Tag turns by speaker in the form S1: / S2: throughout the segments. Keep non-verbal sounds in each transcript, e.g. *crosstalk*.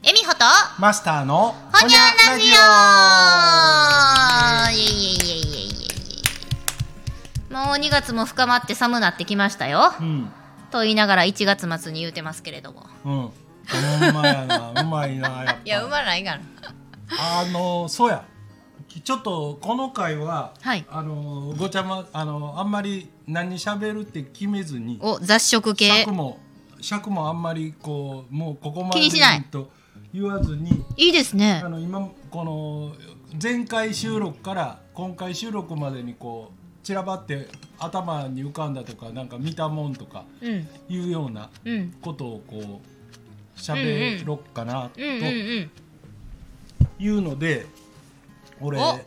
S1: と
S2: マスターの
S1: ほにゃラジオいえいえいえいえいえいえもう2月も深まって寒なってきましたよ、
S2: うん
S1: と言いながら1月末に言うてますけれども
S2: うんほんまやなうまいなやっぱ
S1: いやうまないがな
S2: あのそうやちょっとこの回は、
S1: はい
S2: あのごちゃまあのあんまり何喋るって決めずに
S1: お雑食系
S2: 尺も尺もあんまりこうもうここまで
S1: 気にしない
S2: と言わずに
S1: いいですね
S2: あの今この前回収録から今回収録までにこう散らばって頭に浮かんだとかなんか見たもんとか
S1: うん
S2: いうような
S1: うん
S2: ことをこう喋ろっかなと
S1: うんうんうん
S2: いうので俺
S1: お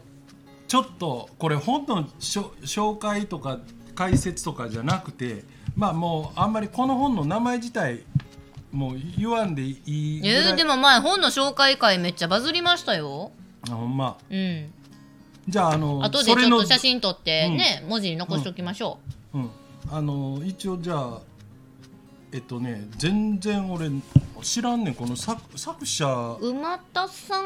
S2: ちょっとこれ本のしょ紹介とか解説とかじゃなくてまあもうあんまりこの本の名前自体もう言わんでいいぐ
S1: え
S2: らい
S1: ー、でも前本の紹介会めっちゃバズりましたよ
S2: あほんま
S1: うん
S2: じゃああの
S1: 後でち
S2: それ
S1: ょっ
S2: の
S1: と写真撮ってね、文字に残しておきましょう、
S2: うん、あの一応じゃあえっとね全然俺知らんねんこの作作者
S1: 馬田さん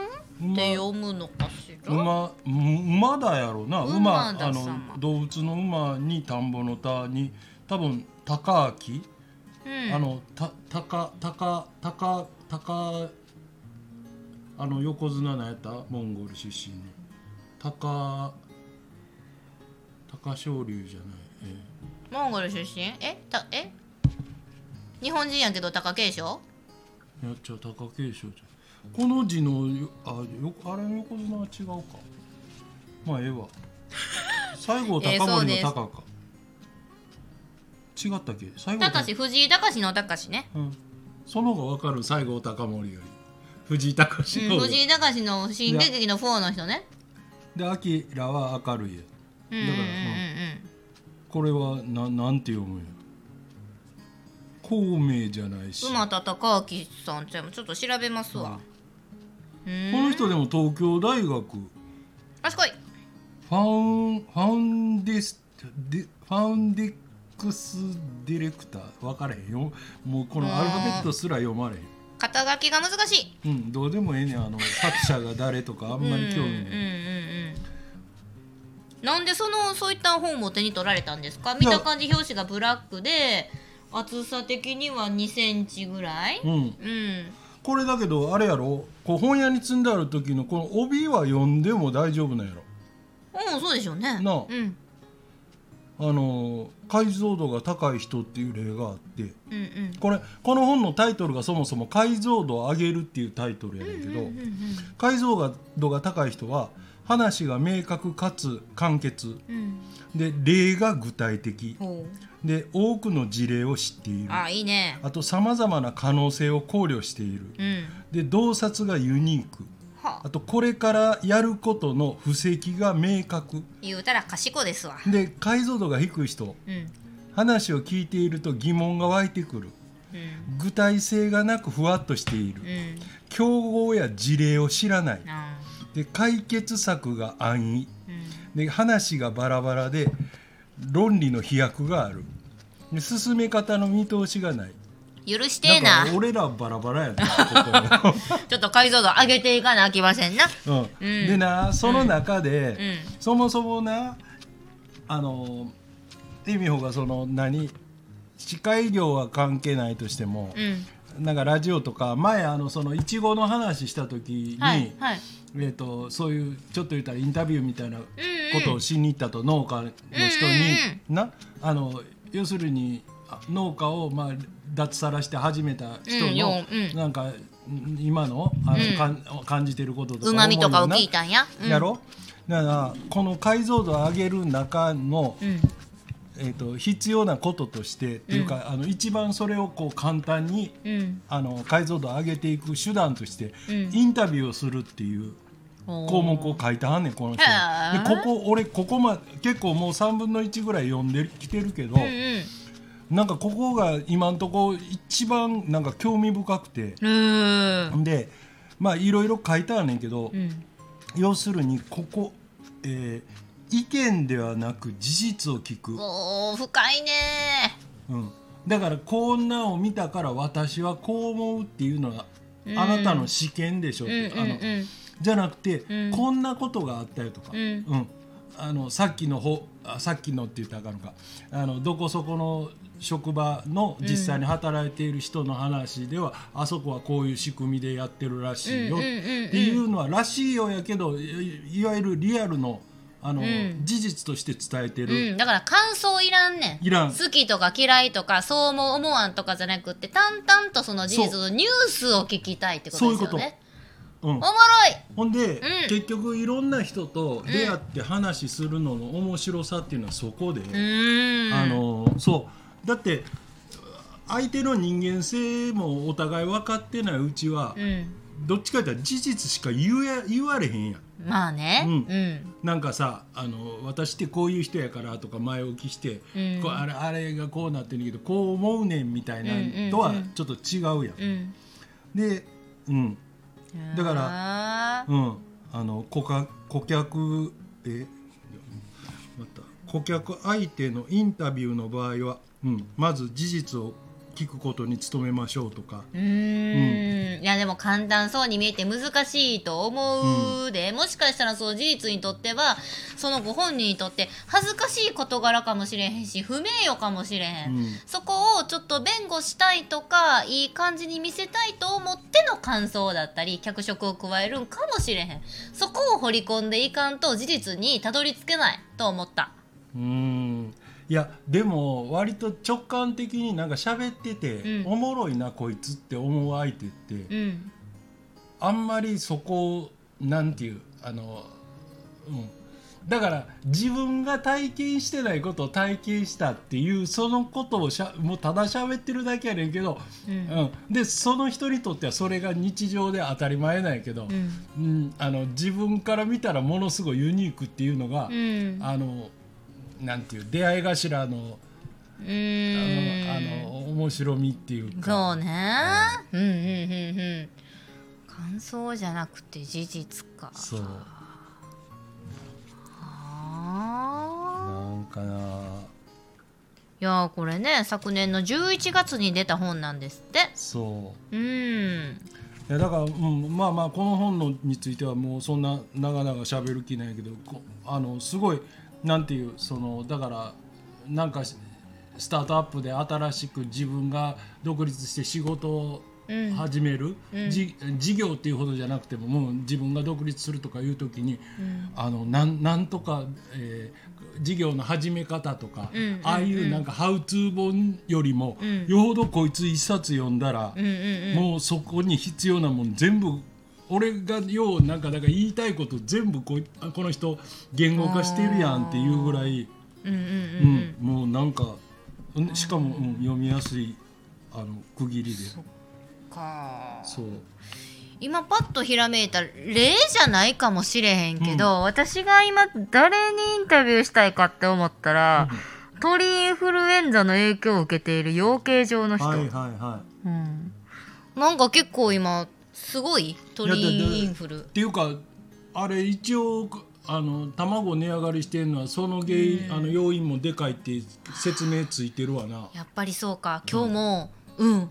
S1: って読むのかしら、
S2: 馬うん馬だやろうな馬
S1: 馬だ
S2: あ
S1: 様
S2: の動物の馬に田んぼの田に多分高明、
S1: うん
S2: あのた高高高高あの横綱なんやったモンゴル出身の高高勝龍じゃない、えー
S1: モンゴル出身えたえ日本人やけど貴景勝
S2: いやっちゃあ貴景勝じゃんこの字のよあよあれの横綱は違うかまあええ
S1: *laughs*
S2: わ西郷隆盛の高か、違ったっけ西郷隆
S1: たかし藤井隆の隆ね、
S2: うん、その方がわかる西郷隆盛より藤井隆
S1: う
S2: の
S1: ん、
S2: 方が、
S1: 藤井隆の新劇の4の人ね
S2: でアキラは明るいや
S1: うんうんうんう
S2: だからこれはななんて読むんや孔明じゃないし
S1: ん馬田貴明さんちゃうちょっと調べますわう
S2: こ
S1: ん
S2: の人でも東京大学
S1: 賢い
S2: ファウンファウンディスデファウンディックスディレクター分からへんよもうこのアルファベットすら読まれへ
S1: 肩書きが難しい
S2: んうんどうでもええねんあの作者が誰とかあんまり興
S1: うんうんう
S2: 味ない
S1: んなんでそのそういった本を手に取られたんですか見た感じ表紙がブラックで厚さ的には2センチぐらい
S2: うん
S1: うん
S2: これだけどあれやろこう本屋に積んである時のこの帯は読んでも大丈夫なんやろ
S1: うん、そうでしょうね。
S2: なあ
S1: うん、
S2: あの解像度が高い人っていう例があって
S1: うん、うん。
S2: これこの本のタイトルがそもそも解像度を上げるっていうタイトルやねんけど、
S1: うんうん
S2: 解像度が高い人は話が明確かつ簡潔
S1: うん、
S2: で例が具体的
S1: ほ
S2: で多くの事例を知っていうるあ
S1: あいいね
S2: とさまざまな可能性を考慮している
S1: うん
S2: で洞察がユニーク
S1: は
S2: あとこれからやることの布石が明確
S1: 言うたら賢いですわ
S2: で解像度が低い人
S1: うん
S2: 話を聞いていると疑問が湧いてくる
S1: うん
S2: 具体性がなくふわっとしている
S1: うん
S2: 競合や事例を知らない
S1: なあ
S2: で解決策が安易
S1: うん
S2: で話がバラバラで論理の飛躍があるで進め方の見通しがない
S1: 許してえな
S2: なんか俺らバラバラやな、こ
S1: ちょっと解像度上げていかなあきませんな *laughs*
S2: こうん
S1: うん
S2: でなその中で、
S1: うん
S2: そもそもなあの恵美穂がその何歯科医療は関係ないとしても
S1: う、ん
S2: なんかラジオとか前あのそのいちごの話した時に、
S1: はいはい
S2: えー、とそういうちょっと言ったらインタビューみたいなこ
S1: うん
S2: とをしに行ったと農家の人に、
S1: う
S2: なあの要するにあ農家を、まあ、脱サラして始めた人
S1: うん
S2: の
S1: よ、ううん
S2: なんかん今のあの、
S1: うん
S2: かん感じてることとか
S1: うまみとかを
S2: 思う
S1: 聞
S2: よ
S1: いたんや
S2: なやろだからこの解像度を上げる中の、
S1: うん
S2: えー、と必要なこととして、っていうかあの一番それをこう簡単に
S1: うん
S2: あの解像度を上げていく手段として、
S1: うん
S2: インタビューをするっていう項目を書いてはんねんこの人
S1: へー
S2: でここ俺ここま結構もう3分の1ぐらい読んできてるけど、
S1: うんうん
S2: なんかここが今んとこ一番なんか興味深くて
S1: うーん
S2: でまあいろいろ書いてはんねんけど、
S1: うん
S2: 要するにここ、えー意見ではなく事実を聞く、
S1: おー深いね
S2: うん、だからこんなんを見たから私はこう思うっていうのは
S1: うん
S2: あなたの試験でしょっ
S1: うん
S2: て、
S1: うん
S2: あのじゃなくて、
S1: うん
S2: こんなことがあったよとか、
S1: うん
S2: あのさっきのほあさっきのって言ったらあかんのかあのどこそこの職場の実際に働いている人の話では、あそこはこういう仕組みでやってるらしいよ
S1: うんう
S2: って
S1: んうんうん
S2: いうのはらしいよやけどいいわゆるリアルのあの、
S1: うん
S2: 事実として伝えて
S1: うん、
S2: る、
S1: うん、だから感想いらんねん
S2: いらん
S1: 好きとか嫌いとかそうも思わんとかじゃなくって淡々とその事実のニュースを聞きたいってことですよね
S2: そういうう
S1: おも
S2: ん
S1: ろい
S2: ほん
S1: うん
S2: で、結局いろんな人と出会って話するのの面白さっていうのはそこで。
S1: うーん
S2: あのそうだって相手の人間性もお互い分かってないうちは
S1: う、ん
S2: どっちかって言ったら事実しか言え言われへんやん
S1: まあね
S2: うん
S1: うん
S2: なんかさあの私ってこういう人やからとか前置きして、
S1: うん
S2: こうあれあれがこうなってるけどこう思うねんみたいなのとは
S1: うんうんうん
S2: ちょっと違うやん。
S1: うん、
S2: で、うんだから
S1: ら
S2: うん、あの顧客顧客えまた顧客相手のインタビューの場合は、うん、まず事実を聞くことに努めましょうとか
S1: うーんいやでも簡単そうに見えて難しいと思うで、もしかしたらそう事実にとってはそのご本人にとって恥ずかしい事柄かもしれへんし不名誉かもしれへん、
S2: うん
S1: そこをちょっと弁護したいとかいい感じに見せたいと思っての感想だったり脚色を加えるんかもしれへんそこを掘り込んでいかんと事実にたどり着けないと思った
S2: うんいやでも割と直感的になんか喋ってて、
S1: うん
S2: おもろいなこいつって思う相手って、
S1: うん
S2: あんまりそこをなんていうあの、うん、だから自分が体験してないことを体験したっていうそのことをしゃもうただ喋ってるだけやねんけど、
S1: う
S2: うんん、でその人にとってはそれが日常で当たり前なんやけど、
S1: うん
S2: うんあの自分から見たらものすごいユニークっていうのが、
S1: うん
S2: あのなんていう出会い頭の
S1: う
S2: あ
S1: ーん
S2: のあの面白みっていうか
S1: そうね、うんうんうんうん感想じゃなくて事実か
S2: そう
S1: あー
S2: なんかない
S1: やーこれね昨年の11月に出た本なんですって
S2: そう。
S1: うん
S2: いやだから、うん、まあまあこの本のについてはもうそんな長々喋る気ないけどこあのすごいなんていうそのだからなんかしスタートアップで新しく自分が独立して仕事を
S1: うん
S2: 始める、
S1: うん
S2: じ事業っていうほどじゃなくてももう自分が独立するとかいう時に、
S1: うん
S2: あのなんなんとか、えー事業の始め方とか、
S1: うんうん
S2: ああいうなんかハウツー本よりも、
S1: うん
S2: よほどこいつ一冊読んだら、
S1: うんうん
S2: もうそこに必要なもん全部俺がようなんかだから言いたいこと全部こいあこの人言語化してるやんっていうぐらい、
S1: うんうんうん
S2: う
S1: うん
S2: ん、もうなんかんしかも、うん、読みやすいあの区切りで
S1: そっか
S2: そう
S1: 今パッとひらめいた例じゃないかもしれへんけど、私が今誰にインタビューしたいかって思ったら、鳥インフルエンザの影響を受けている養鶏場の人、
S2: はいはいは
S1: うん、なんか結構今すごい鳥インフル
S2: いっていうかあれ一応あの卵値上がりしてるのはその原因、あの要因もでかいって説明ついてるわな
S1: やっぱりそうか今日もうん、な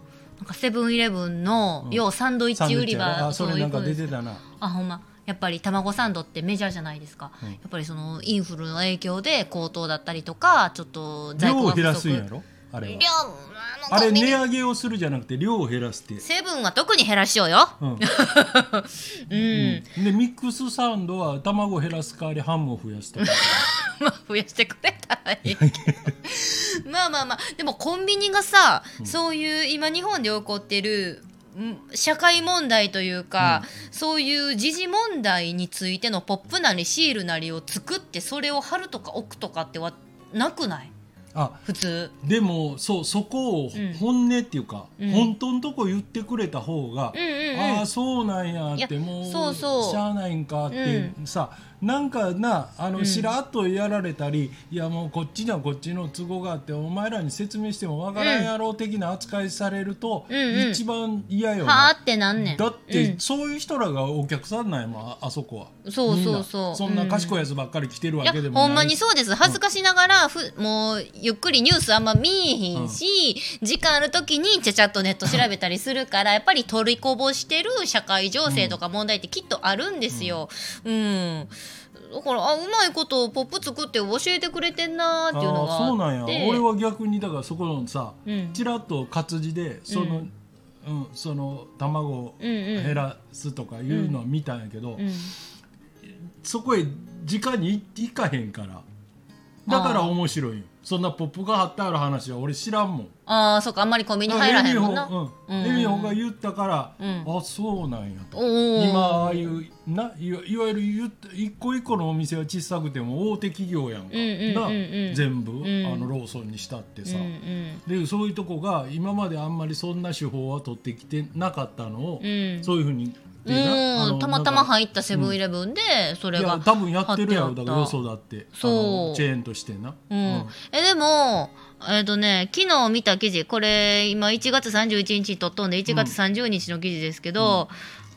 S1: んかセブンイレブンの、要サンドイッ
S2: サン
S1: チ
S2: ドイ
S1: 売
S2: ッチ
S1: り
S2: やろ
S1: 場
S2: あそれ
S1: うい
S2: な
S1: うんこ
S2: か
S1: とで
S2: 出
S1: す
S2: てたな
S1: あほんまやっぱり卵サンドってメジャーじゃないですか、
S2: うん
S1: やっぱりそのインフルの影響で高騰だったりとかちょっと在
S2: 量
S1: 庫
S2: を
S1: が不足
S2: 減らすんやろあれは
S1: 量あ
S2: あ
S1: のコ
S2: れ
S1: ンビ
S2: 値
S1: ニ
S2: 上げをするじゃなくて量を減らすって。
S1: セブンは特に減らしようよ
S2: うん、
S1: うん、
S2: でミックスサウンドは卵減らす代わりハムを増やすとか
S1: *laughs* まあ増やしてくれたらいいけど *laughs* まあまあまあでもコンビニがさ、そういう今日本で起こってるん社会問題というか、そういう時事問題についてのポップなりシールなりを作ってそれを貼るとか置くとかってはなくない
S2: あ
S1: 普通
S2: でもそうそこを
S1: うん
S2: 本音っていうか、
S1: うん
S2: 本当のとこ言ってくれた方が、
S1: うんうんうん
S2: ああそうなんやって
S1: いや
S2: もう
S1: そうそう
S2: しゃあないんかって
S1: う
S2: さ、なんかなあの、
S1: うん
S2: しらっとやられたりいやもうこっちにはこっちの都合があってお前らに説明してもわからんやろう的な扱いされると、
S1: うんうん
S2: 一番嫌よ
S1: はあ
S2: な、
S1: ってなんねん
S2: だって、そういう人らがお客さんなんやもんああそこは
S1: そうそうそう
S2: みんなそんな賢いやつばっかり来てるわ
S1: いや
S2: けでもない
S1: ほんまにそうです恥ずかしながら、ふもうゆっくりニュースあんま見えへんし、時間ある時にちゃちゃっとネット調べたりするからやっぱり取りこぼしてる社会情勢とか問題ってきっとあるんですよ。うん、だからあうまいことポップ作って教えてくれてんなーっていうのがあって
S2: あーそうなんや俺は逆にだからそこのさ、
S1: うん
S2: ちらっと活字でその、
S1: う
S2: うんその卵を
S1: うんうん
S2: 減らすとかいうのは見たんやけど、
S1: うん
S2: そこへ直に行かへんからだから面白いよそんなポップが貼ってある話は俺知らんもん
S1: ああそうかあんまりコンビニ入らへんもんな。
S2: うん
S1: うん
S2: エミホが言ったから、
S1: うん
S2: あそうなんやと
S1: おー
S2: 今ああいうないわいわゆる言った一個一個のお店は小さくても大手企業やんか、
S1: うんうんうんうん
S2: な全部、
S1: ん
S2: あのローソンにしたってさ、
S1: うん
S2: でそういうとこが今まであんまりそんな手法は取ってきてなかったのを、
S1: うん
S2: そういうふうに
S1: う
S2: で
S1: ん
S2: なあ
S1: う
S2: の
S1: ん、たまたま
S2: なんか
S1: 入ったセブンイレブンでそれ
S2: い
S1: が
S2: や多分やってるや
S1: 貼
S2: ろ
S1: ってあ
S2: だ
S1: った
S2: からよそだってあ
S1: そう
S2: のチェーンとしてな、
S1: うん、えでもえっ、とね昨日見た記事これ今1月31日に撮っとんで1月30日の記事ですけど、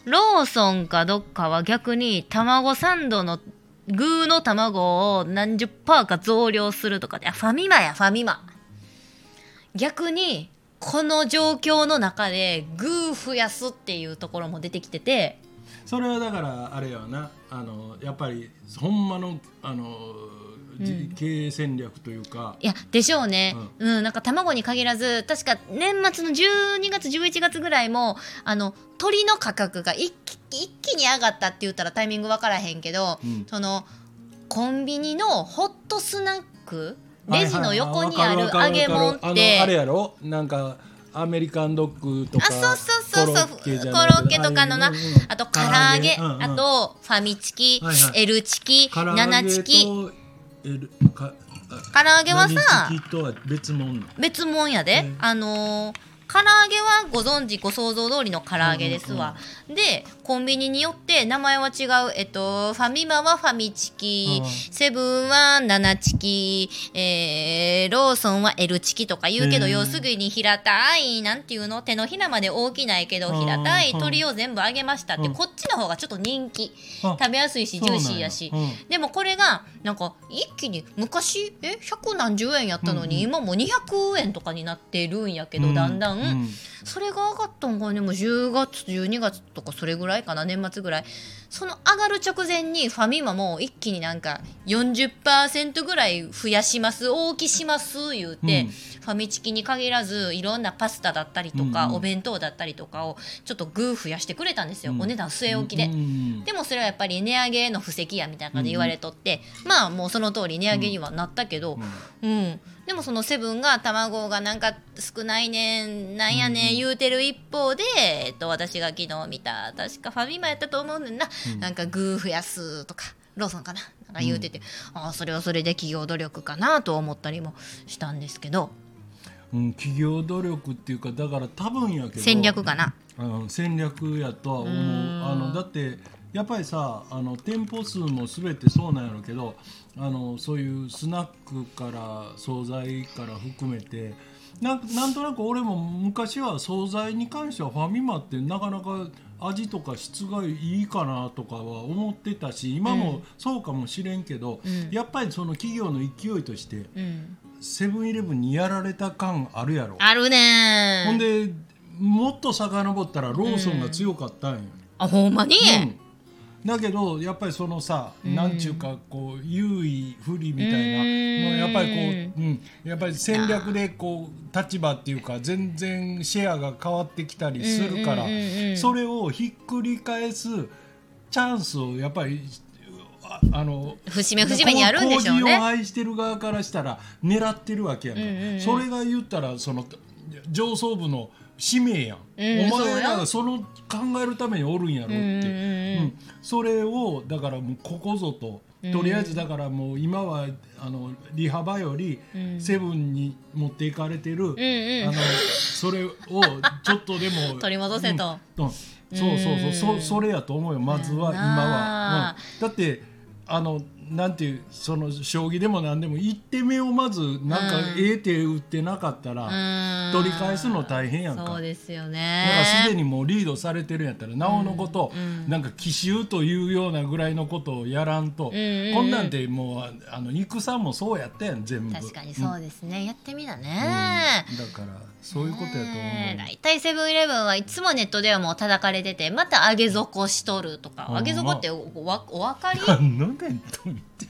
S1: ローソンかどっかは逆に卵サンドの具の卵を何十パーか増量するとかであファミマやファミマ逆にこの状況の中で具増やすっていうところも出てきてて
S2: それはだからあれやわなあのやっぱりほんまのあの、じ経営戦略というか
S1: いやでしょうね、うんなんか卵に限らず確か年末の12月11月ぐらいもあの鳥の価格が一気一気に上がったって言ったらタイミング分からへんけど、
S2: うん
S1: そのコンビニのホットスナックレジの横に
S2: は
S1: あ
S2: い
S1: る
S2: はいはい
S1: 揚げ物っ
S2: あの
S1: て
S2: あれやろなんかアメリカンドッグとか
S1: あそうそうそうそうコロ
S2: じゃな
S1: ッ
S2: いけ
S1: ケ
S2: ど
S1: とかのな
S2: あいう
S1: あと唐揚げ
S2: 唐揚げうんうん
S1: あとファミチキ、
S2: はいはい
S1: L チキ
S2: 唐揚
S1: 7
S2: げ
S1: チキ唐
S2: とえるかあ
S1: 揚げはさ
S2: 何チキとは別物なの
S1: 別もんやで、
S2: うん
S1: あのー唐揚げはご存知ご想像通りの唐揚げですわ、でコンビニによって名前は違うえっとファミマはファミチキ、
S2: うん
S1: セブンはナナチキ、えーローソンは L チキとか言うけど、
S2: へー
S1: 要するに平たいなんていうの手のひらまで大きないけど
S2: うん
S1: 平たい
S2: うん
S1: 鳥を全部揚げましたって、
S2: うん
S1: こっちの方がちょっと人気
S2: あ
S1: 食べやすいしジューシーやし
S2: そうなんや
S1: でもこれがなんか一気に昔え100何十円やったのに、
S2: うん
S1: 今もう200円とかになってるんやけど、
S2: う
S1: だんだん、
S2: う
S1: それが上がったんがねもう10月12月とかそれぐらいかな年末ぐらいその上がる直前にファミマも一気になんか40%ぐらい増やします大きします言うて、
S2: うん
S1: ファミチキに限らずいろんなパスタだったりとか、
S2: うんうん
S1: お弁当だったりとかをちょっとグー増やしてくれたんですよ、
S2: うん
S1: お値段据え置きで。
S2: うんうん
S1: でもそれはやっぱり値上げの布石やみたいな感じで言われとって、まあもうその通り値上げにはなったけど、うんでもそのセブンが卵がなんか少ないねんなんやねん言うてる一方で、えっと、私が昨日見た確かファミマやったと思うねんな、なんかグー増やすとかローソンかななんか言うてて、ああそれはそれで企業努力かなと思ったりもしたんですけど
S2: うん企業努力っていうかだから多分やけど
S1: 戦略かな。
S2: うん、戦略やとは思うあのだってやっぱりさあの店舗数も全てそうなんやろうけどあのそういうスナックから惣菜から含めてなんなんとなく俺も昔は惣菜に関してはファミマってなかなか味とか質がいいかなとかは思ってたし今もそうかもしれんけど、
S1: うん
S2: やっぱりその企業の勢いとして
S1: うん、
S2: セブンイレブンにやられた感あるやろ。
S1: あるねー
S2: ほんでもっと遡ったらローソンが強かったんよ、
S1: あほんまに、
S2: うんだけどやっぱりそのさ、
S1: うん
S2: なんちゅうかこう優位不利みたいな
S1: うん
S2: もうやっぱりこう、うん、やっぱり戦略でこう立場っていうか全然シェアが変わってきたりするから、
S1: うんうんうんうん
S2: それをひっくり返すチャンスをやっぱりああの
S1: 節目節目にやるんでしょう
S2: こう麹
S1: ね
S2: を。愛してる側からしたら狙ってるわけやんか、
S1: うんうんうん
S2: それが言ったらその上層部の使命やん、
S1: うん
S2: お前ら
S1: そうや
S2: がその考えるためにおるんやろって、
S1: うんうんうん
S2: うんそれをだからもうここぞと。とりあえずだからもう今はあのリハバより
S1: うん
S2: セブンに持っていかれてる、
S1: うんうん
S2: あのそれをちょっとで
S1: *laughs*
S2: も
S1: 取り戻せと
S2: うんうんそうそうそう
S1: う
S2: そ
S1: ん
S2: それやと思うよまずは今
S1: な
S2: は
S1: あ、
S2: うんだってあのなんていうその将棋でも何でも一手目をまずなんか
S1: うん
S2: ええ手打ってなかったら、
S1: うん
S2: 取り返すの大変やんか
S1: そうですよ
S2: だからすで
S1: ね
S2: にもうリードされてるんやったらなおのこと、なんか奇襲というようなぐらいのことをやらんと、
S1: んうんうん
S2: こんなんてもうああの戦もそうやったやん全部
S1: 確かに
S2: うん
S1: そうですね、やってみたね、
S2: だからそういうことやと思う、
S1: ねえ大体セブンイレブンはいつもネットではもう叩かれててまた揚げ底しとるとか
S2: ほんま
S1: 揚げ底っておおわお分かり
S2: *laughs* 何の弁当にって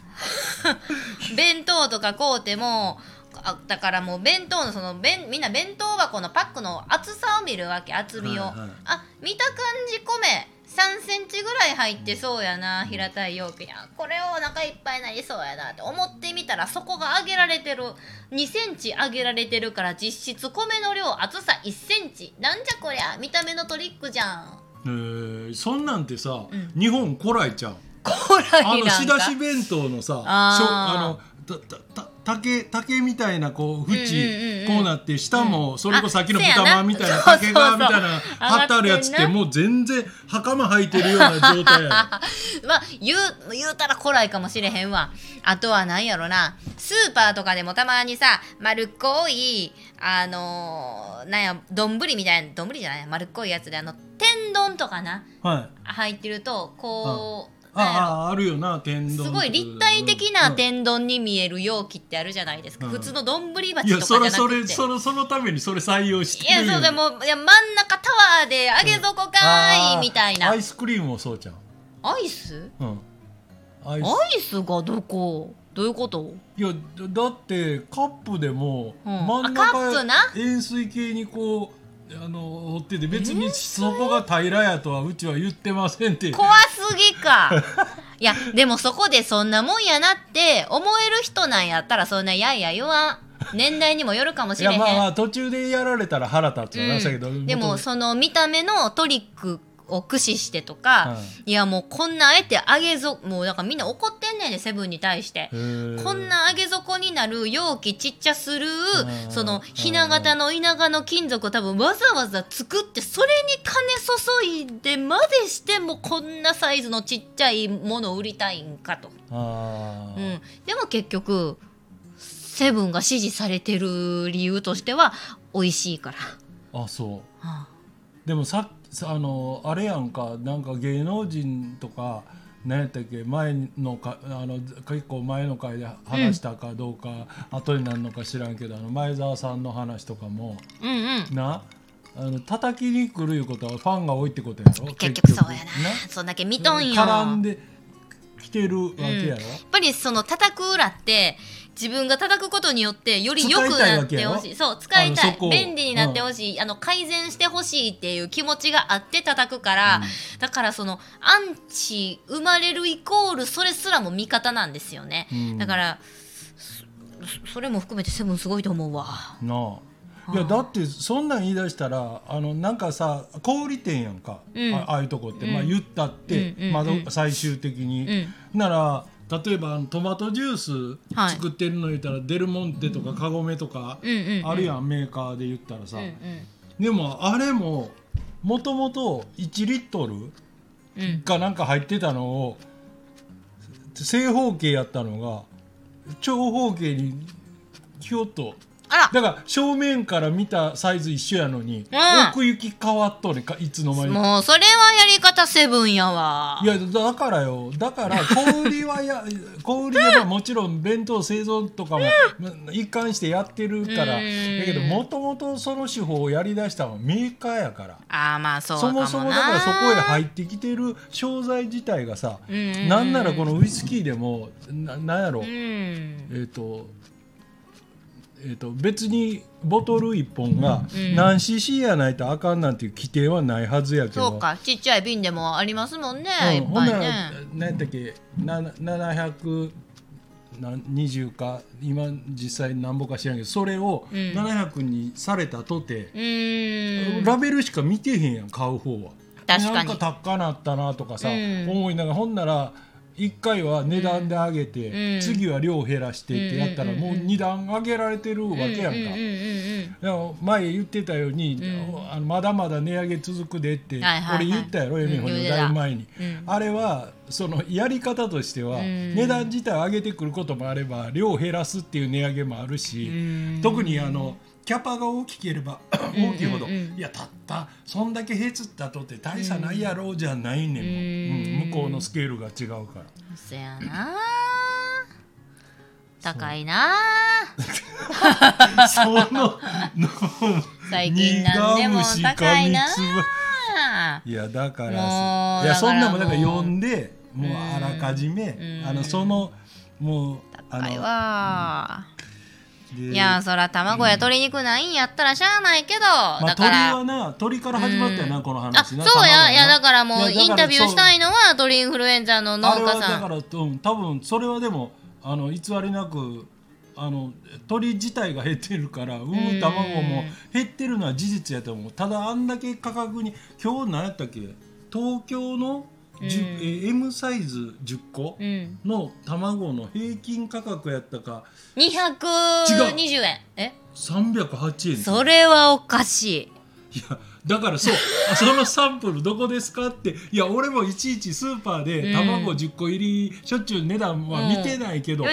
S1: 弁当とか買うてもあだからもう弁当のその弁みんな弁当箱のパックの厚さを見るわけ厚みを、
S2: はいはい
S1: あ見た感じ米3センチぐらい入ってそうやな平たい容器やこれをお腹いっぱいなりそうやなって思ってみたらそこが上げられてる2センチ上げられてるから実質米の量厚さ1センチなんじゃこりゃ見た目のトリックじゃん
S2: えーそんなんてさ、
S1: うん
S2: 日本古来ちゃう
S1: こら
S2: あ
S1: い
S2: の
S1: な
S2: 仕
S1: ん
S2: 出
S1: か
S2: し弁当のさ
S1: あー
S2: しょあのたたた竹竹みたいなこう
S1: うんうんうんう
S2: 縁
S1: ん
S2: こうなって下もそれこそさっきの
S1: あせや
S2: 豚
S1: な
S2: まんみたいな
S1: そうそうそう
S2: 竹側みたいな貼ってあるやつ
S1: 上
S2: っ
S1: がって
S2: て
S1: んな
S2: もう全然袴履いてるような状態
S1: *laughs*
S2: やろ
S1: まあ言う言うたら古来かもしれへんわあとは何やろなスーパーとかでもたまにさ丸っこいあのー、なんや丼みたいな丼じゃないや丸っこいやつであの天丼とかな
S2: はい
S1: 入ってるとこうなんやろ
S2: あああるよな天丼
S1: すごい立体的な
S2: 丼
S1: 天丼に見える容器ってあるじゃないですか、
S2: うん
S1: 普通の丼鉢とか
S2: い
S1: じゃ
S2: や
S1: なくて
S2: それそれそれそのためにそれ採用して
S1: いや
S2: る
S1: そうでもいや真ん中タワーで揚げ底かーいみたいな
S2: あーアイスクリームもそうちゃ
S1: アイス
S2: ううんアイス
S1: アイスがどこどういうこと
S2: いやだだってカップでも
S1: うん
S2: 真ん
S1: あカップ
S2: 中
S1: な
S2: 円錐形にこうあの折ってて別にそこが平らやとはうちは言ってませんって
S1: 怖すぎかいやでもそこでそんなもんやなって思える人なんやったらそんなやいや言わん年代にもよるかもし
S2: い
S1: れへ
S2: や
S1: ん、
S2: まあまあ途中でやられたら腹立つよな、だけど
S1: うんでも
S2: 元
S1: その見た目のトリックを駆使してとか
S2: は、
S1: いやもうこんなあえて揚げぞもうだからみんな怒ってんねんでセブンに対して
S2: へ。ー
S1: こんな上げ底になる容器ちっちゃする
S2: うん
S1: そのひな形の田舎の金属を多分わざわざ作ってそれに金注いでまでしてもこんなサイズのちっちゃいものを売りたいんかと、
S2: あ
S1: う
S2: ー
S1: ん、でも結局セブンが支持されてる理由としては美味しいから、
S2: あそう
S1: はあ
S2: でもささあのあれやんかなんか芸能人とか何やったっけ前のかあの結構前の回で話したかどうか、後になるのか知らんけどあの前澤さんの話とかも
S1: うんうん
S2: なあの叩きに来るいうことはファンが多いってことやろ
S1: 結局そうやなそんだけ見とんよ
S2: 絡んできてるわけ
S1: や
S2: やろ、
S1: っぱりその叩く裏って自分が叩くことによってより良くなってほしいそう使
S2: 使
S1: い
S2: い
S1: た
S2: たいわけやろ
S1: い
S2: あのそこ
S1: 便
S2: を
S1: 利になってほしい、あの改善してほしいっていう気持ちがあって叩くから、だからそのアンチ生まれるイコールそれすらも味方なんですよね、
S2: うん
S1: だからそそれも含めてセブンすごいと思うわ
S2: なあいやだってそんなん言い出したらあのなんかさ小売店やんか、
S1: うん
S2: あああいうとこって、まあ、言ったって、
S1: うんうんうん
S2: まあど最終的に、なら例えばあのトマトジュー
S1: はい
S2: ス作ってるの言ったら、デルモンテとかカゴメとか、
S1: うんうんうん
S2: あるやんメーカーで言ったらさ、
S1: うんう
S2: でもあれももともと1リットル
S1: んうん
S2: がなんか入ってたのを正方形やったのが長方形にひょっと
S1: あら
S2: だから正面から見たサイズ一緒やの
S1: う
S2: に、
S1: ん
S2: 奥行き変わっとるかいつの間にか
S1: もうそれはやり方セブンやわ
S2: いやだからよだから小売りはや *laughs* 小売りはもちろん弁当製造とかも一貫してやってるからだ
S1: うん
S2: けどもともとその手法をやりだしたのはメーカーやから。
S1: ああまあそうか
S2: そ
S1: もな
S2: もそもだからそこへ入ってきてる商材自体がさ、
S1: うんうんうん
S2: なんならこのウイスキーでもななんやろ、
S1: うん
S2: えっ、とえっ、と別にボトル1本が
S1: うん
S2: 何 cc やないとあかんなんていう規定はないはずやけど
S1: そうかちっちゃい瓶でもありますもんね、
S2: うん
S1: いっ
S2: ほん
S1: ぱい
S2: なら
S1: ね
S2: 何やったっけな720か今実際なんぼか知らんけどそれを
S1: うん
S2: 700にされたとて、
S1: うーん
S2: ラベルしか見てへんやん買う方は
S1: 確かに
S2: なんか高なったなとかさ、
S1: うん
S2: 思いながらほんなら1回は値段で上げて、
S1: うん
S2: 次は量減らしてってやったら
S1: うんうんうんう
S2: もう
S1: ん
S2: 2段上げられてるわ
S1: うんうん
S2: けやん
S1: う
S2: か。
S1: んうん
S2: でも前言ってたように、
S1: うん
S2: あのまだまだ値上げ続くでって、
S1: はいはいはい
S2: 俺言ったやろ、
S1: うん
S2: エミホ
S1: 言う
S2: に
S1: てた
S2: だいぶ前に、
S1: うん
S2: あれはそのやり方としては、
S1: うん
S2: 値段自体上げてくることもあれば量を減らすっていう値上げもあるし、
S1: うん
S2: 特にあのキャパが大きければ大きいほど、
S1: うんうんうん
S2: いやたったそんだけ減ったとって大差ないやろうじゃないねんも
S1: う
S2: ん、
S1: ん
S2: 向こうのスケールが違うから。
S1: *laughs* うんそやな高いな
S2: そのの
S1: 最近なんでも高いなあ
S2: いやだから
S1: もう
S2: さい
S1: だ
S2: や
S1: か
S2: そ
S1: ら
S2: んなもんだから
S1: もう
S2: 読んでもうあらかじめ
S1: うん
S2: あのそのもうあ
S1: 高い
S2: の
S1: わ
S2: で
S1: いやそら卵や鶏肉ないんやったらしゃあないけど、
S2: まあ
S1: だか
S2: 鳥
S1: ら
S2: はな鳥から始まったよな
S1: うん
S2: この
S1: あ
S2: 話
S1: そう
S2: な
S1: やいやだからもう
S2: いやだから
S1: インタビューしたいのは鳥インフルエンザの農家
S2: あれはだ
S1: さ
S2: か
S1: ん
S2: ら、うん、多分それはでもあの偽りなくあの鳥自体が減ってるから産む卵も減ってるのは事実やと思うただあんだけ価格に今日何やったっけ東京のじゅ
S1: うん
S2: えー M サイズ10個
S1: うん、
S2: の卵の平均価格やったか
S1: 220円え
S2: 308円
S1: それはおかしい
S2: いやだからそうあそのサンプルどこですかっていや俺もいちいちスーパー
S1: う
S2: で
S1: ん
S2: 卵10個入りしょっちゅう値段は見てないけど、
S1: 200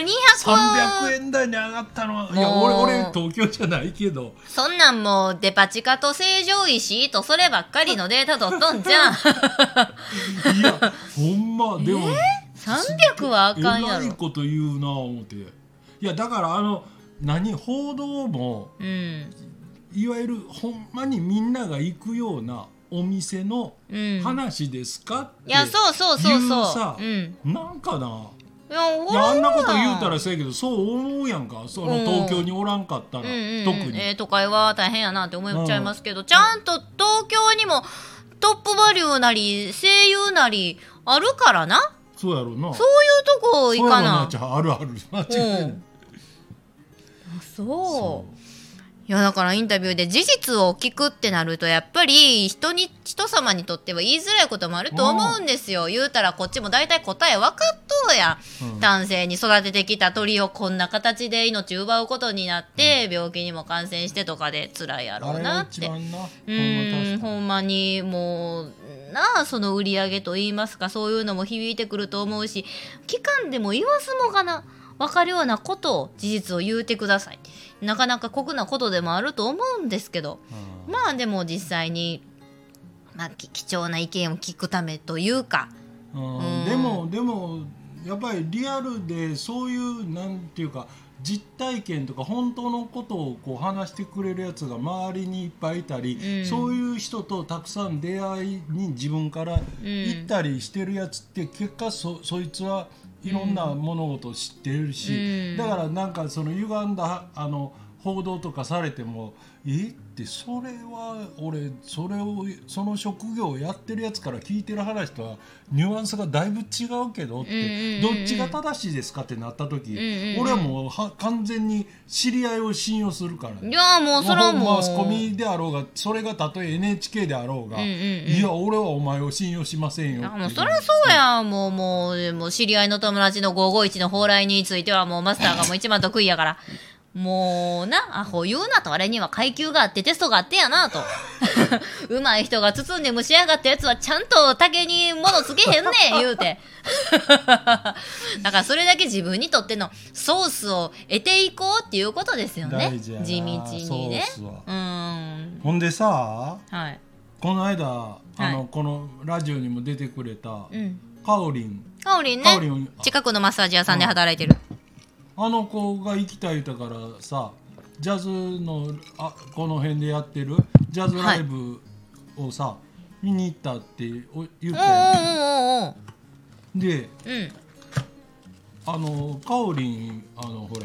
S2: 300円台に上がったのはいや
S1: もう
S2: 俺俺東京じゃないけど
S1: そんなんもうデパ地下と成城石井とそればっかりのデータ取っとんじゃん
S2: *laughs* いやほん
S1: *laughs*
S2: までも、
S1: 300はあ
S2: え
S1: かんや
S2: らい
S1: ろ
S2: こと言うな思っていやだからあの何報道も
S1: うん
S2: いわゆるほんまにみんなが行くようなお店の
S1: うん
S2: 話ですかって、
S1: いやそうそうそう
S2: 言う
S1: そ
S2: さ
S1: ううん
S2: なんかない
S1: や俺
S2: いや
S1: は
S2: あんなこと言うたらそうやけどそう思うやんかその
S1: うん
S2: 東京におらんかったら、
S1: うんうんうん
S2: 特に、
S1: えー都会は大変やなって思っちゃいますけど、ちゃんと東京にもトップバリューなり声優なりあるからな
S2: そうやろな
S1: そういうとこ行かな
S2: *laughs* そうやろなじゃああるある間違いない、
S1: うんあそういやだからインタビューで事実を聞くってなるとやっぱり人に人様にとっては言いづらいこともあると思うんですよ言うたらこっちも大体答え分かっとうやん
S2: うん
S1: 男性に育ててきた鳥をこんな形で命奪うことになって病気にも感染してとかで辛いやろうなっ
S2: あれ
S1: て
S2: が一番なほんま
S1: うーん
S2: 確かに
S1: ほんまにもうなあその売り上げといいますかそういうのも響いてくると思うし期間でも言わすもがな分かるようなことを事実を言うてくださいなかなか酷なことでもあると思うんですけど
S2: うん
S1: まあでも実際に、まあ、き貴重な意見を聞くためというか
S2: うん
S1: うん
S2: でもでもやっぱりリアルでそういうなんていうか実体験とか本当のことをこう話してくれるやつが周りにいっぱいいたり、
S1: うん
S2: そういう人とたくさん出会いに自分から行ったりしてるやつって結果そそいつはいろんな物事を知ってる
S1: う
S2: し、
S1: ん
S2: だからなんかその歪んだあの報道とかされてもえってそれは俺それをその職業をやってるやつから聞いてる話とはニュアンスがだいぶ違うけどっ
S1: うんうんうんうん
S2: て、どっちが正しいですかってなった時、
S1: んうん
S2: 俺はもうは完全に知り合いを信用するからね、
S1: いやもうそれはもう
S2: マスコミであろうがそれがたとえ NHK であろうが、
S1: うんうんうん
S2: いや俺はお前を信用しませんよ
S1: あもう
S2: ってい
S1: そりゃそうやんもうもうもう知り合いの友達の551の蓬莱についてはもうマスターがもう一番得意やからもうなアホ言うなとあれには階級があってテストがあってやなと *laughs* うまい人が包んで蒸し上がったやつはちゃんと竹に物つけへん
S2: *laughs*
S1: ねん言うて *laughs* だからそれだけ自分にとってのソースを得ていこうっていうことですよね
S2: 大
S1: 地
S2: 事や
S1: 道
S2: な
S1: にね
S2: ソースは
S1: うん
S2: ほんでさ
S1: はい
S2: この間あの、
S1: はい
S2: このラジオにも出てくれた、
S1: うん
S2: かおりん
S1: かおりん
S2: かおり
S1: ね
S2: ん
S1: 近くのマッサージ屋さんで働いてる
S2: あの子が行きたいだからさジャズのあこの辺でやってるジャズライブをさ、見に行ったってお
S1: お
S2: 言っ
S1: う
S2: たや
S1: おうおうおうん
S2: で
S1: うん
S2: あのかおりんあのほれ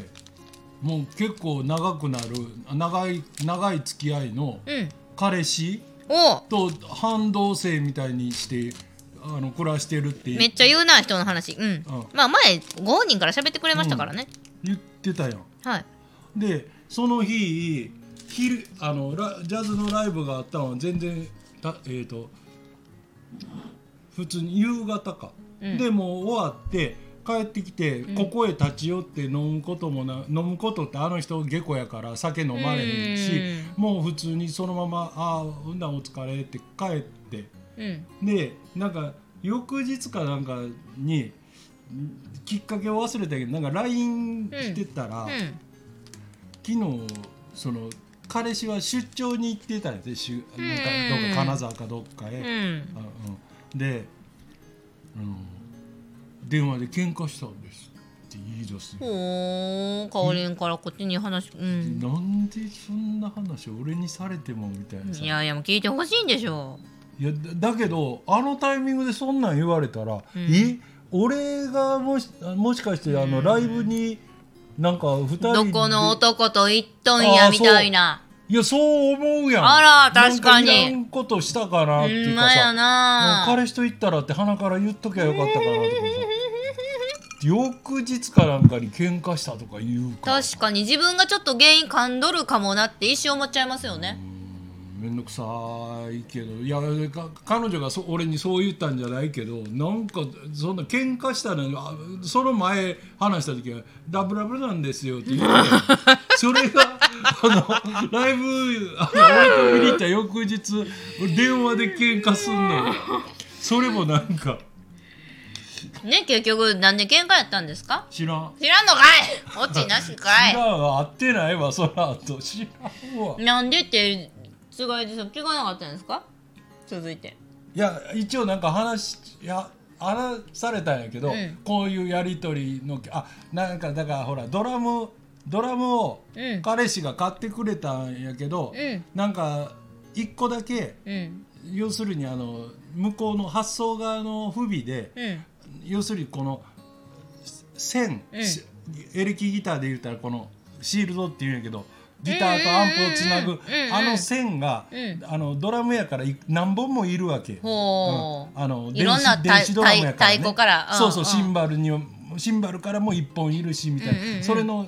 S2: もう結構長くなる長い長い付き合いの
S1: うん
S2: 彼氏
S1: おう
S2: と半同棲みたいにしてあの暮らしてるって
S1: めっちゃ言うな人の話うん、まあ前ご本人から喋ってくれましたからね、
S2: 言ってたやん
S1: はい
S2: でその日昼あのラジャズのライブがあったのは全然たえっ、と普通に夕方か
S1: うん
S2: でもう終わって帰ってきて、
S1: うん
S2: ここへ立ち寄って飲むこともな飲むことってあの人下戸やから酒飲まれへんしもう普通にそのまま「ああうんだお疲れ」って帰って
S1: うん
S2: でなんか翌日かなんかにんきっかけを忘れたけどなんか LINE してたら、
S1: うん
S2: 昨日その彼氏は出張に行ってたんやでしゅなんか
S1: うん
S2: どっか金沢かどっかへ。
S1: うん
S2: あうん、で、うん、電話で喧嘩したんですって言い出す、
S1: ほーかおりんからこっちに話うん
S2: なんでそんな話俺にされてもみたいなさ
S1: いやいやもう聞いてほしいんでしょ
S2: いやだだけどあのタイミングでそんなん言われたら、
S1: うん
S2: え俺がもしもしかしてあの
S1: うん
S2: ライブになんか2人
S1: ど
S2: で
S1: この男と行っとんやみたいない
S2: やそう思うやん
S1: あら確かに
S2: なんいらんことしたかな
S1: う
S2: ってい
S1: ん
S2: うか
S1: まや
S2: さ
S1: な
S2: 彼氏と行ったらって鼻から言っときゃよかったかなとかさ翌日かなんかに喧嘩したとか言うから
S1: 確かに自分がちょっと原因噛んどるかもなって一瞬思っちゃいますよね
S2: うん面倒くさいけどいやか彼女がそ俺にそう言ったんじゃないけどなんかそんな喧嘩したのにあその前話した時は「ダブラブルなんですよ」って言ってそれがあのライブあの俺と見に行った翌日電話で喧嘩すんのよそれもなんか
S1: ね結局なんで喧嘩やったんですか
S2: 知らん。
S1: 知らんの *laughs* かいオチなしかい
S2: 知らんわ合ってないわそらあと知らんわ
S1: なんでって違いですよ聞かなかったんですか続いて
S2: いや一応なんか話いや話されたんやけど、
S1: うん
S2: こういうやり取りのあなんかだからほらドラムドラムを
S1: うん
S2: 彼氏が買ってくれたんやけど、
S1: うん
S2: なんか一個だけ
S1: うん
S2: 要するにあの向こうの発送側の不備で、
S1: うん
S2: 要するにこの線、
S1: うん
S2: しエレキギターで言ったらこのシールドっていうんやけどギターとアンプをつな
S1: うん
S2: ぐ
S1: うんうん
S2: あの線が、
S1: うん
S2: あのドラムやからい何本もいるわけ。
S1: ほう
S2: うんあの
S1: いろんな
S2: 電子電子ドラムやから、ね、
S1: 太太鼓からうん
S2: そうそ
S1: う
S2: う
S1: ん
S2: シンバルにシンバルからも1本いるしみたいな、
S1: うんうんうん
S2: それの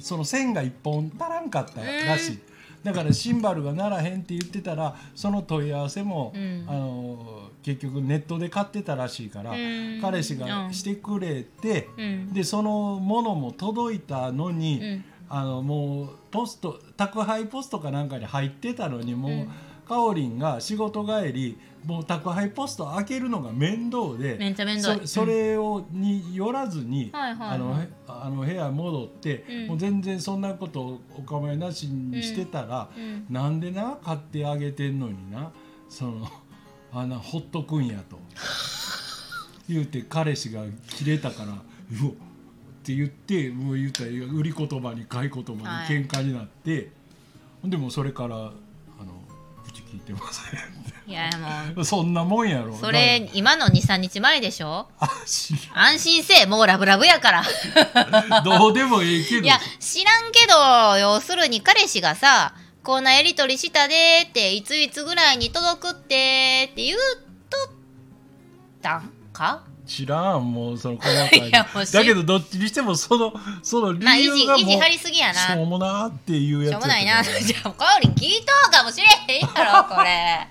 S2: その線が1本足らんかったらしい、だからシンバルがならへんって言ってたらその問い合わせも、
S1: うん
S2: あの結局ネットで買ってたらしいから、
S1: うん
S2: 彼氏がしてくれて、
S1: うん
S2: でそのものも届いたのに、
S1: うん
S2: あのもうポスト宅配ポストかなんかに入ってたのにもう、
S1: うん
S2: かおりんが仕事帰りもう宅配ポスト開けるのが面倒で
S1: めっちゃ面倒い
S2: そそれをによらずに、
S1: はいはいはい
S2: あのへあの部屋戻って、
S1: うん
S2: もう全然そんなことお構いなしにしてたら、
S1: うん
S2: なんでな買ってあげてんのになそのあんなほっとくんやと言うて彼氏がキレたから「うおっ」って言ってもう言ったら売り言葉に買い言葉に
S1: はい
S2: 喧嘩になって、ほんでもうそれからあの口聞いてませ
S1: いやいや
S2: *laughs*
S1: も
S2: んそんなもんやろ
S1: うそれ今の23日前でしょ
S2: あ知
S1: 安心せえもうラブラブや
S2: *laughs*
S1: から
S2: らんどうでもええけど
S1: いや知らんけど要するに彼氏がさこんなやり取りしたでーっていついつぐらいに届くってーって言うとったんか
S2: 知らんもうその細かい
S1: いやもう知
S2: だけどどっちにしてもそのその理
S1: まあ意地
S2: 由が
S1: 意
S2: もう
S1: 地張りすぎやな
S2: しょうもなーっていう
S1: し
S2: やつ
S1: ょう
S2: やった
S1: も
S2: から
S1: ないな *laughs* じゃあかおりん聞いとうかもしれへんやろこれ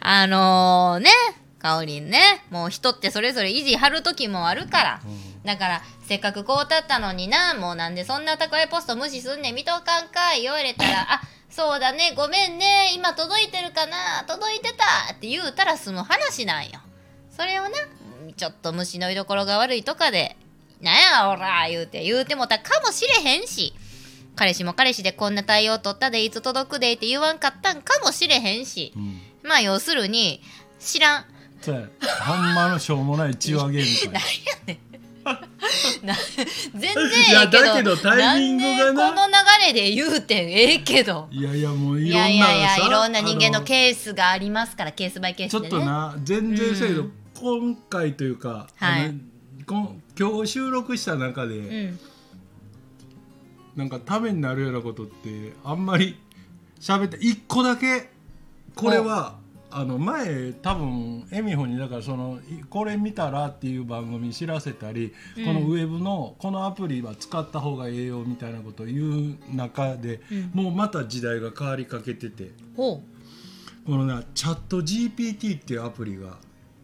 S1: あのー、ねかおりんねもう人ってそれぞれ意地張る時もあるから、だからせっかくこう立ったのになもうなんでそんな宅配ポスト無視すんねん見とかんかい言われたらあそうだねごめんね今届いてるかな届いてたって言うたら済む話なんよそれをなうんちょっと虫の居所が悪いとかでなんやおら言うて言うてもたかもしれへんし彼氏も彼氏でこんな対応取ったでいつ届くでって言わんかったんかもしれへんし
S2: うん
S1: まあ要するに知らん
S2: そうやほんまのしょうもない血をあげ
S1: *laughs*
S2: るみたい
S1: な全然
S2: いや
S1: ええけど
S2: だけどタイミングがなん
S1: でこの流れで言うてんええけど
S2: いやいやもうい
S1: い
S2: ろん
S1: や
S2: なさ
S1: いやいやいろんな人間
S2: あ
S1: のケースがありますからケースバイケー
S2: ちょ
S1: ス
S2: っ
S1: でね
S2: とな全然そうやけど、
S1: うん
S2: 今回というか、
S1: はい
S2: あのこん今日収録した中で、
S1: うん
S2: なんかためになるようなことってあんまり喋って一個だけこれはあの前多分エミホにだからそのいこれ見たらっていう番組知らせたり、
S1: うん
S2: このウェブのこのアプリは使った方がええよみたいなことを言う中で、
S1: うん
S2: もうまた時代が変わりかけてて
S1: ほう
S2: このなチャット GPT っていうアプリが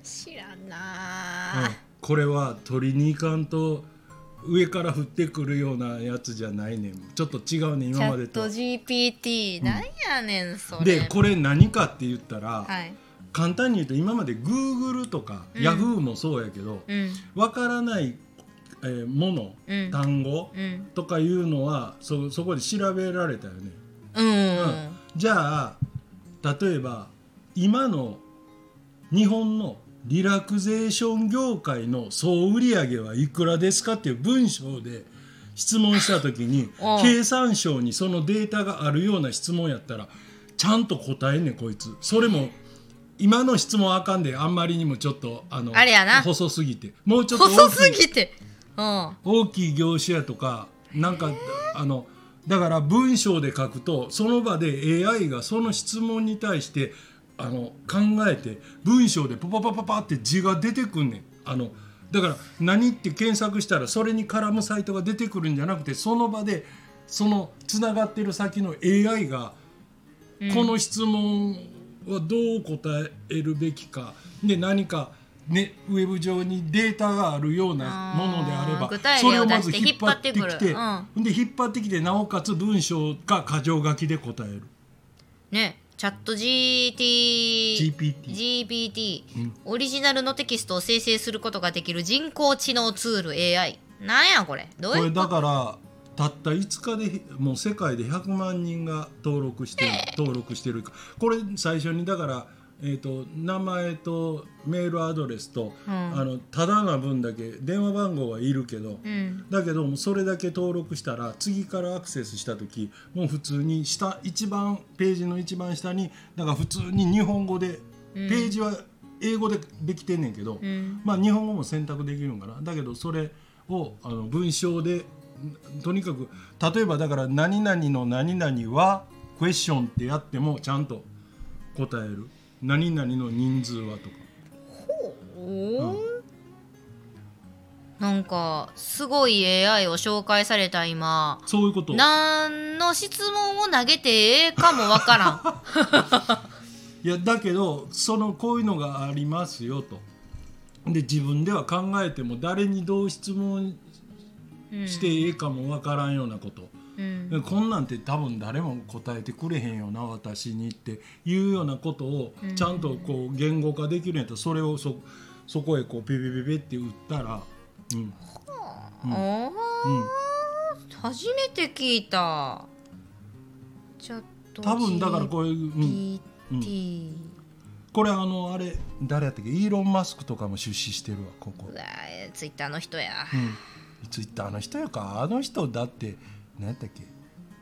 S1: 知らん
S2: うん
S1: なあ、
S2: これは取りに行かんと上から降ってくるようなやつじゃないねんちょっと違うねん
S1: チ
S2: 今
S1: ャ
S2: ま
S1: ッ
S2: で
S1: ト
S2: と。
S1: GPT なんやねんそれ
S2: でこれ何かって言ったら、
S1: はい
S2: 簡単に言うと今まで Google とか
S1: うん
S2: Yahoo もそうやけど
S1: うん
S2: わからない、えーもの、
S1: うん
S2: 単語
S1: うん
S2: とかいうのはそそこで調べられたよね。
S1: うん、
S2: じゃあ例えば今の日本のリラクゼーション業界の総売上はいくらですかっていう文章で質問した時に
S1: おう
S2: 経産省にそのデータがあるような質問やったらちゃんと答えんねんこいつそれも今の質問あかんであんまりにもちょっとあの
S1: あれやな
S2: 細すぎてもうちょっと大きい
S1: 細すぎてうん
S2: 大きい業種やとかなんかあのだから文章で書くとその場で AI がその質問に対してあの考えて文章でパパパパパって字が出てくんねんあのだから何って検索したらそれに絡むサイトが出てくるんじゃなくてその場でそのつながってる先の AI がこの質問はどう答えるべきかで何か、ね、ウェブ上にデータがあるようなものであれ
S1: あー
S2: ば
S1: 具体例
S2: そ
S1: を
S2: れをまず
S1: 出して
S2: 引っ張ってき
S1: 引っ張って
S2: て
S1: くる
S2: で引っ張ってきてなおかつ文章が箇条書きで答える
S1: ねチャット GT
S2: GPT
S1: GPT、オリジナルのテキストを生成することができる人工知能ツール AI なんやこれど
S2: こ
S1: うい
S2: れ
S1: う
S2: だからたった5日でもう世界で100万人が登録してる登録してるかこれ最初にだから、えー、と名前とメールアドレスと、あのただな分だけ電話番号はいるけど、
S1: うん
S2: だけどもそれだけ登録したら次からアクセスした時もう普通に下一番ページの一番下にだから普通に日本語で、ページは英語でできてんねんけど、
S1: うん
S2: まあ日本語も選択できるんかなだけどそれをあの文章でんとにかく例えばだから「何々の何々はクエスチョン」ってやってもちゃんと答える「何々の人数は」とか。
S1: おーなんかすごい AI を紹介された今
S2: そういうこと
S1: 何の質問を投げてええかもわから
S2: *laughs*
S1: ん
S2: いやだけどそのこういうのがありますよとで自分では考えても誰にどう質問
S1: うん
S2: していいかもわからんようなこと、
S1: うん
S2: でこんなんて多分誰も答えてくれへんよな私にっていうようなことをちゃんとこう言語化できるんやったらそれをそそこへこうピピピピって打ったら、うん
S1: おー
S2: うん、
S1: 初めて聞いたチャット
S2: 多分だからこれ、うん、
S1: GPT、
S2: これあのあれ誰やったっけイーロン・マスクとかも出資してるわここ
S1: う。わーツイッターの人や、
S2: うん、ツイッターの人やかあの人だって何やったっけ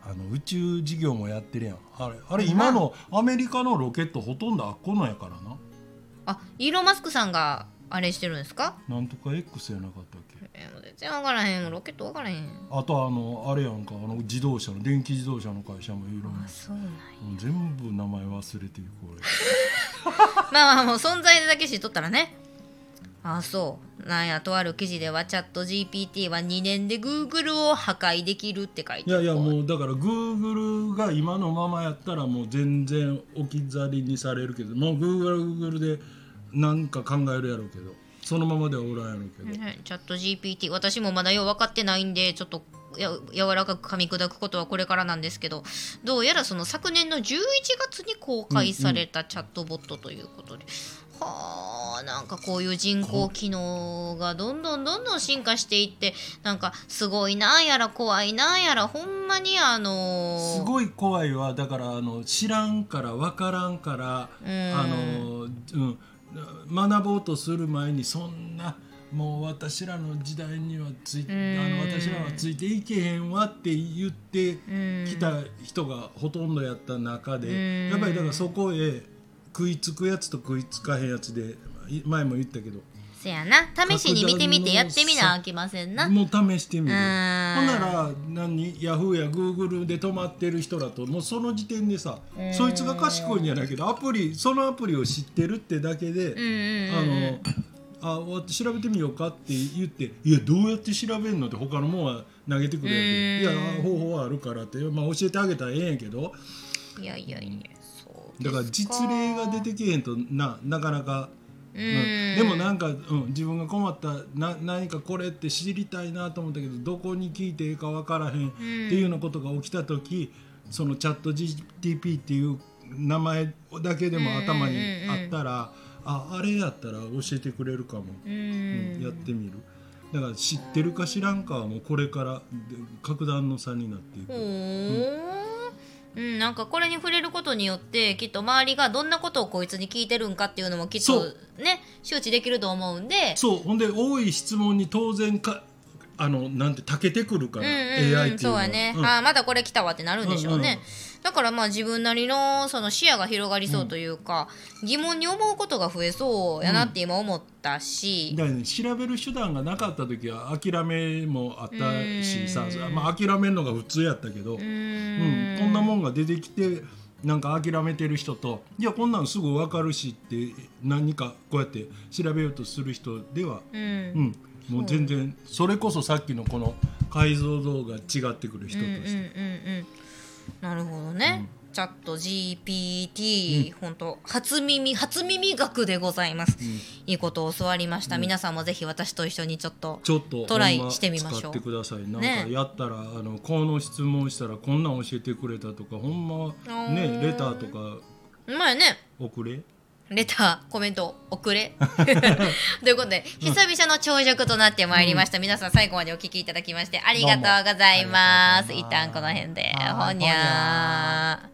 S2: あの宇宙事業もやってるやんあれあれ今のアメリカのロケットほとんどあっこのやからな
S1: あイーロン・マスクさんがあれしてるんですか
S2: なんとか X やなかったっけ
S1: えーもう全然分からへんロケット分からへん
S2: あとあのあれやんかあの自動車の電気自動車の会社もいろんな
S1: あそうなんや
S2: 全部名前忘れてるこれ
S1: まあまあもう存在だけ知っとったらねあそうなんやとある記事ではチャット GPT は2年で Google を破壊できるって書いて
S2: いやいや
S1: う
S2: もうだからグーグルが今のままやったらもう全然置き去りにされるけどもうグーグルグーグルでなんか考えるやろうけどそのままではおらんやろうけど、
S1: ねチャット GPT 私もまだよう分かってないんでちょっとや柔らかく噛み砕くことはこれからなんですけどどうやらその昨年の11月に公開されたチャットボットということで、はあなんかこういう人工機能がどんどんどんどん進化していってなんかすごいなんやら怖いなんやらほんまにあのー
S2: すごい怖いはだからあの知らんから分からんから、
S1: うん
S2: あのうん、学ぼうとする前にそんなもう私らの時代にはつ
S1: ん
S2: い、あの私らはついていけへんわって言って
S1: うん
S2: きた人がほとんどやった中で、
S1: うん
S2: やっぱりだからそこへ食いつくやつと食いつかへんやつでい前も言ったけど
S1: せやな試しに見てみてやってみなあきませんな。
S2: もう試してみる。
S1: う
S2: ほん
S1: ん
S2: なら何ヤフーやグーグルで止まってる人だともうその時点でさそいつが賢いんじゃないけどアプリそのアプリを知ってるってだけで、
S1: うんうん
S2: あのあわ調べてみようかって言って「いやどうやって調べんの?」って他のもんは投げてくるやんけいや方法はあるからって、まあ、教えてあげたらええんやけど
S1: いやいやいやそう
S2: だから実例が出てけえへんとななかなか
S1: ううん
S2: でもなんか、うん、自分が困ったな何かこれって知りたいなと思ったけどどこに聞いていいか分からへんっていうようなことが起きた時、そのチャット GTP っていう名前だけでも頭にあったら、ああれやったら教えてくれるかも、
S1: う
S2: うん
S1: ん
S2: やってみるだから知ってるか知らんかはもうこれからで格段の差になってい
S1: ほ
S2: く。
S1: ーうん、なんかこれに触れることによってきっと周りがどんなことをこいつに聞いてるんかっていうのもきっ
S2: そ
S1: と
S2: う
S1: ね周知できると思うんで
S2: そうほんで多い質問に当然かあのなんてたけてくるから、
S1: うんうん
S2: AI
S1: うん、
S2: っていう
S1: そ
S2: の
S1: う
S2: は
S1: やね、
S2: うん
S1: あーまだこれ来たわってなるんでしょうね、
S2: うんうんうん
S1: だからまあ自分なりのその視野が広がりそうというか、疑問に思うことが増えそうやなって今思ったし、
S2: だからね調べる手段がなかった時は諦めもあったしさ
S1: うん
S2: まあ、諦めるのが普通やったけど、
S1: う
S2: うん
S1: ん
S2: こんなもんが出てきてなんか諦めてる人といやこんなんすぐ分かるしって何かこうやって調べようとする人では、
S1: う
S2: うんん、もう全然それこそさっきのこの解像度が違ってくる人と
S1: うんうんうん
S2: して。
S1: うんなるほどね、チャット GPT、本当初耳初耳学でございます、
S2: ん
S1: いいことを教わりました、皆さんもぜひ私と一緒にちょっと
S2: ちょっと
S1: トライ
S2: ほん
S1: してみましょう
S2: 使ってください。なんか
S1: ね
S2: やったら、あのこの質問したらこんなん教えてくれたとか、ほんま
S1: う
S2: ね
S1: ん
S2: レターとか
S1: まあね
S2: 送れ。
S1: レター、コメント、送
S2: *laughs*
S1: れ。ということで、久々の長尺となってまいりました。皆さん最後までお聞きいただきましてありがとうございます。
S2: どう
S1: 一
S2: もありがとうございます
S1: 旦この辺で、
S2: は
S1: ほ
S2: い
S1: にゃー。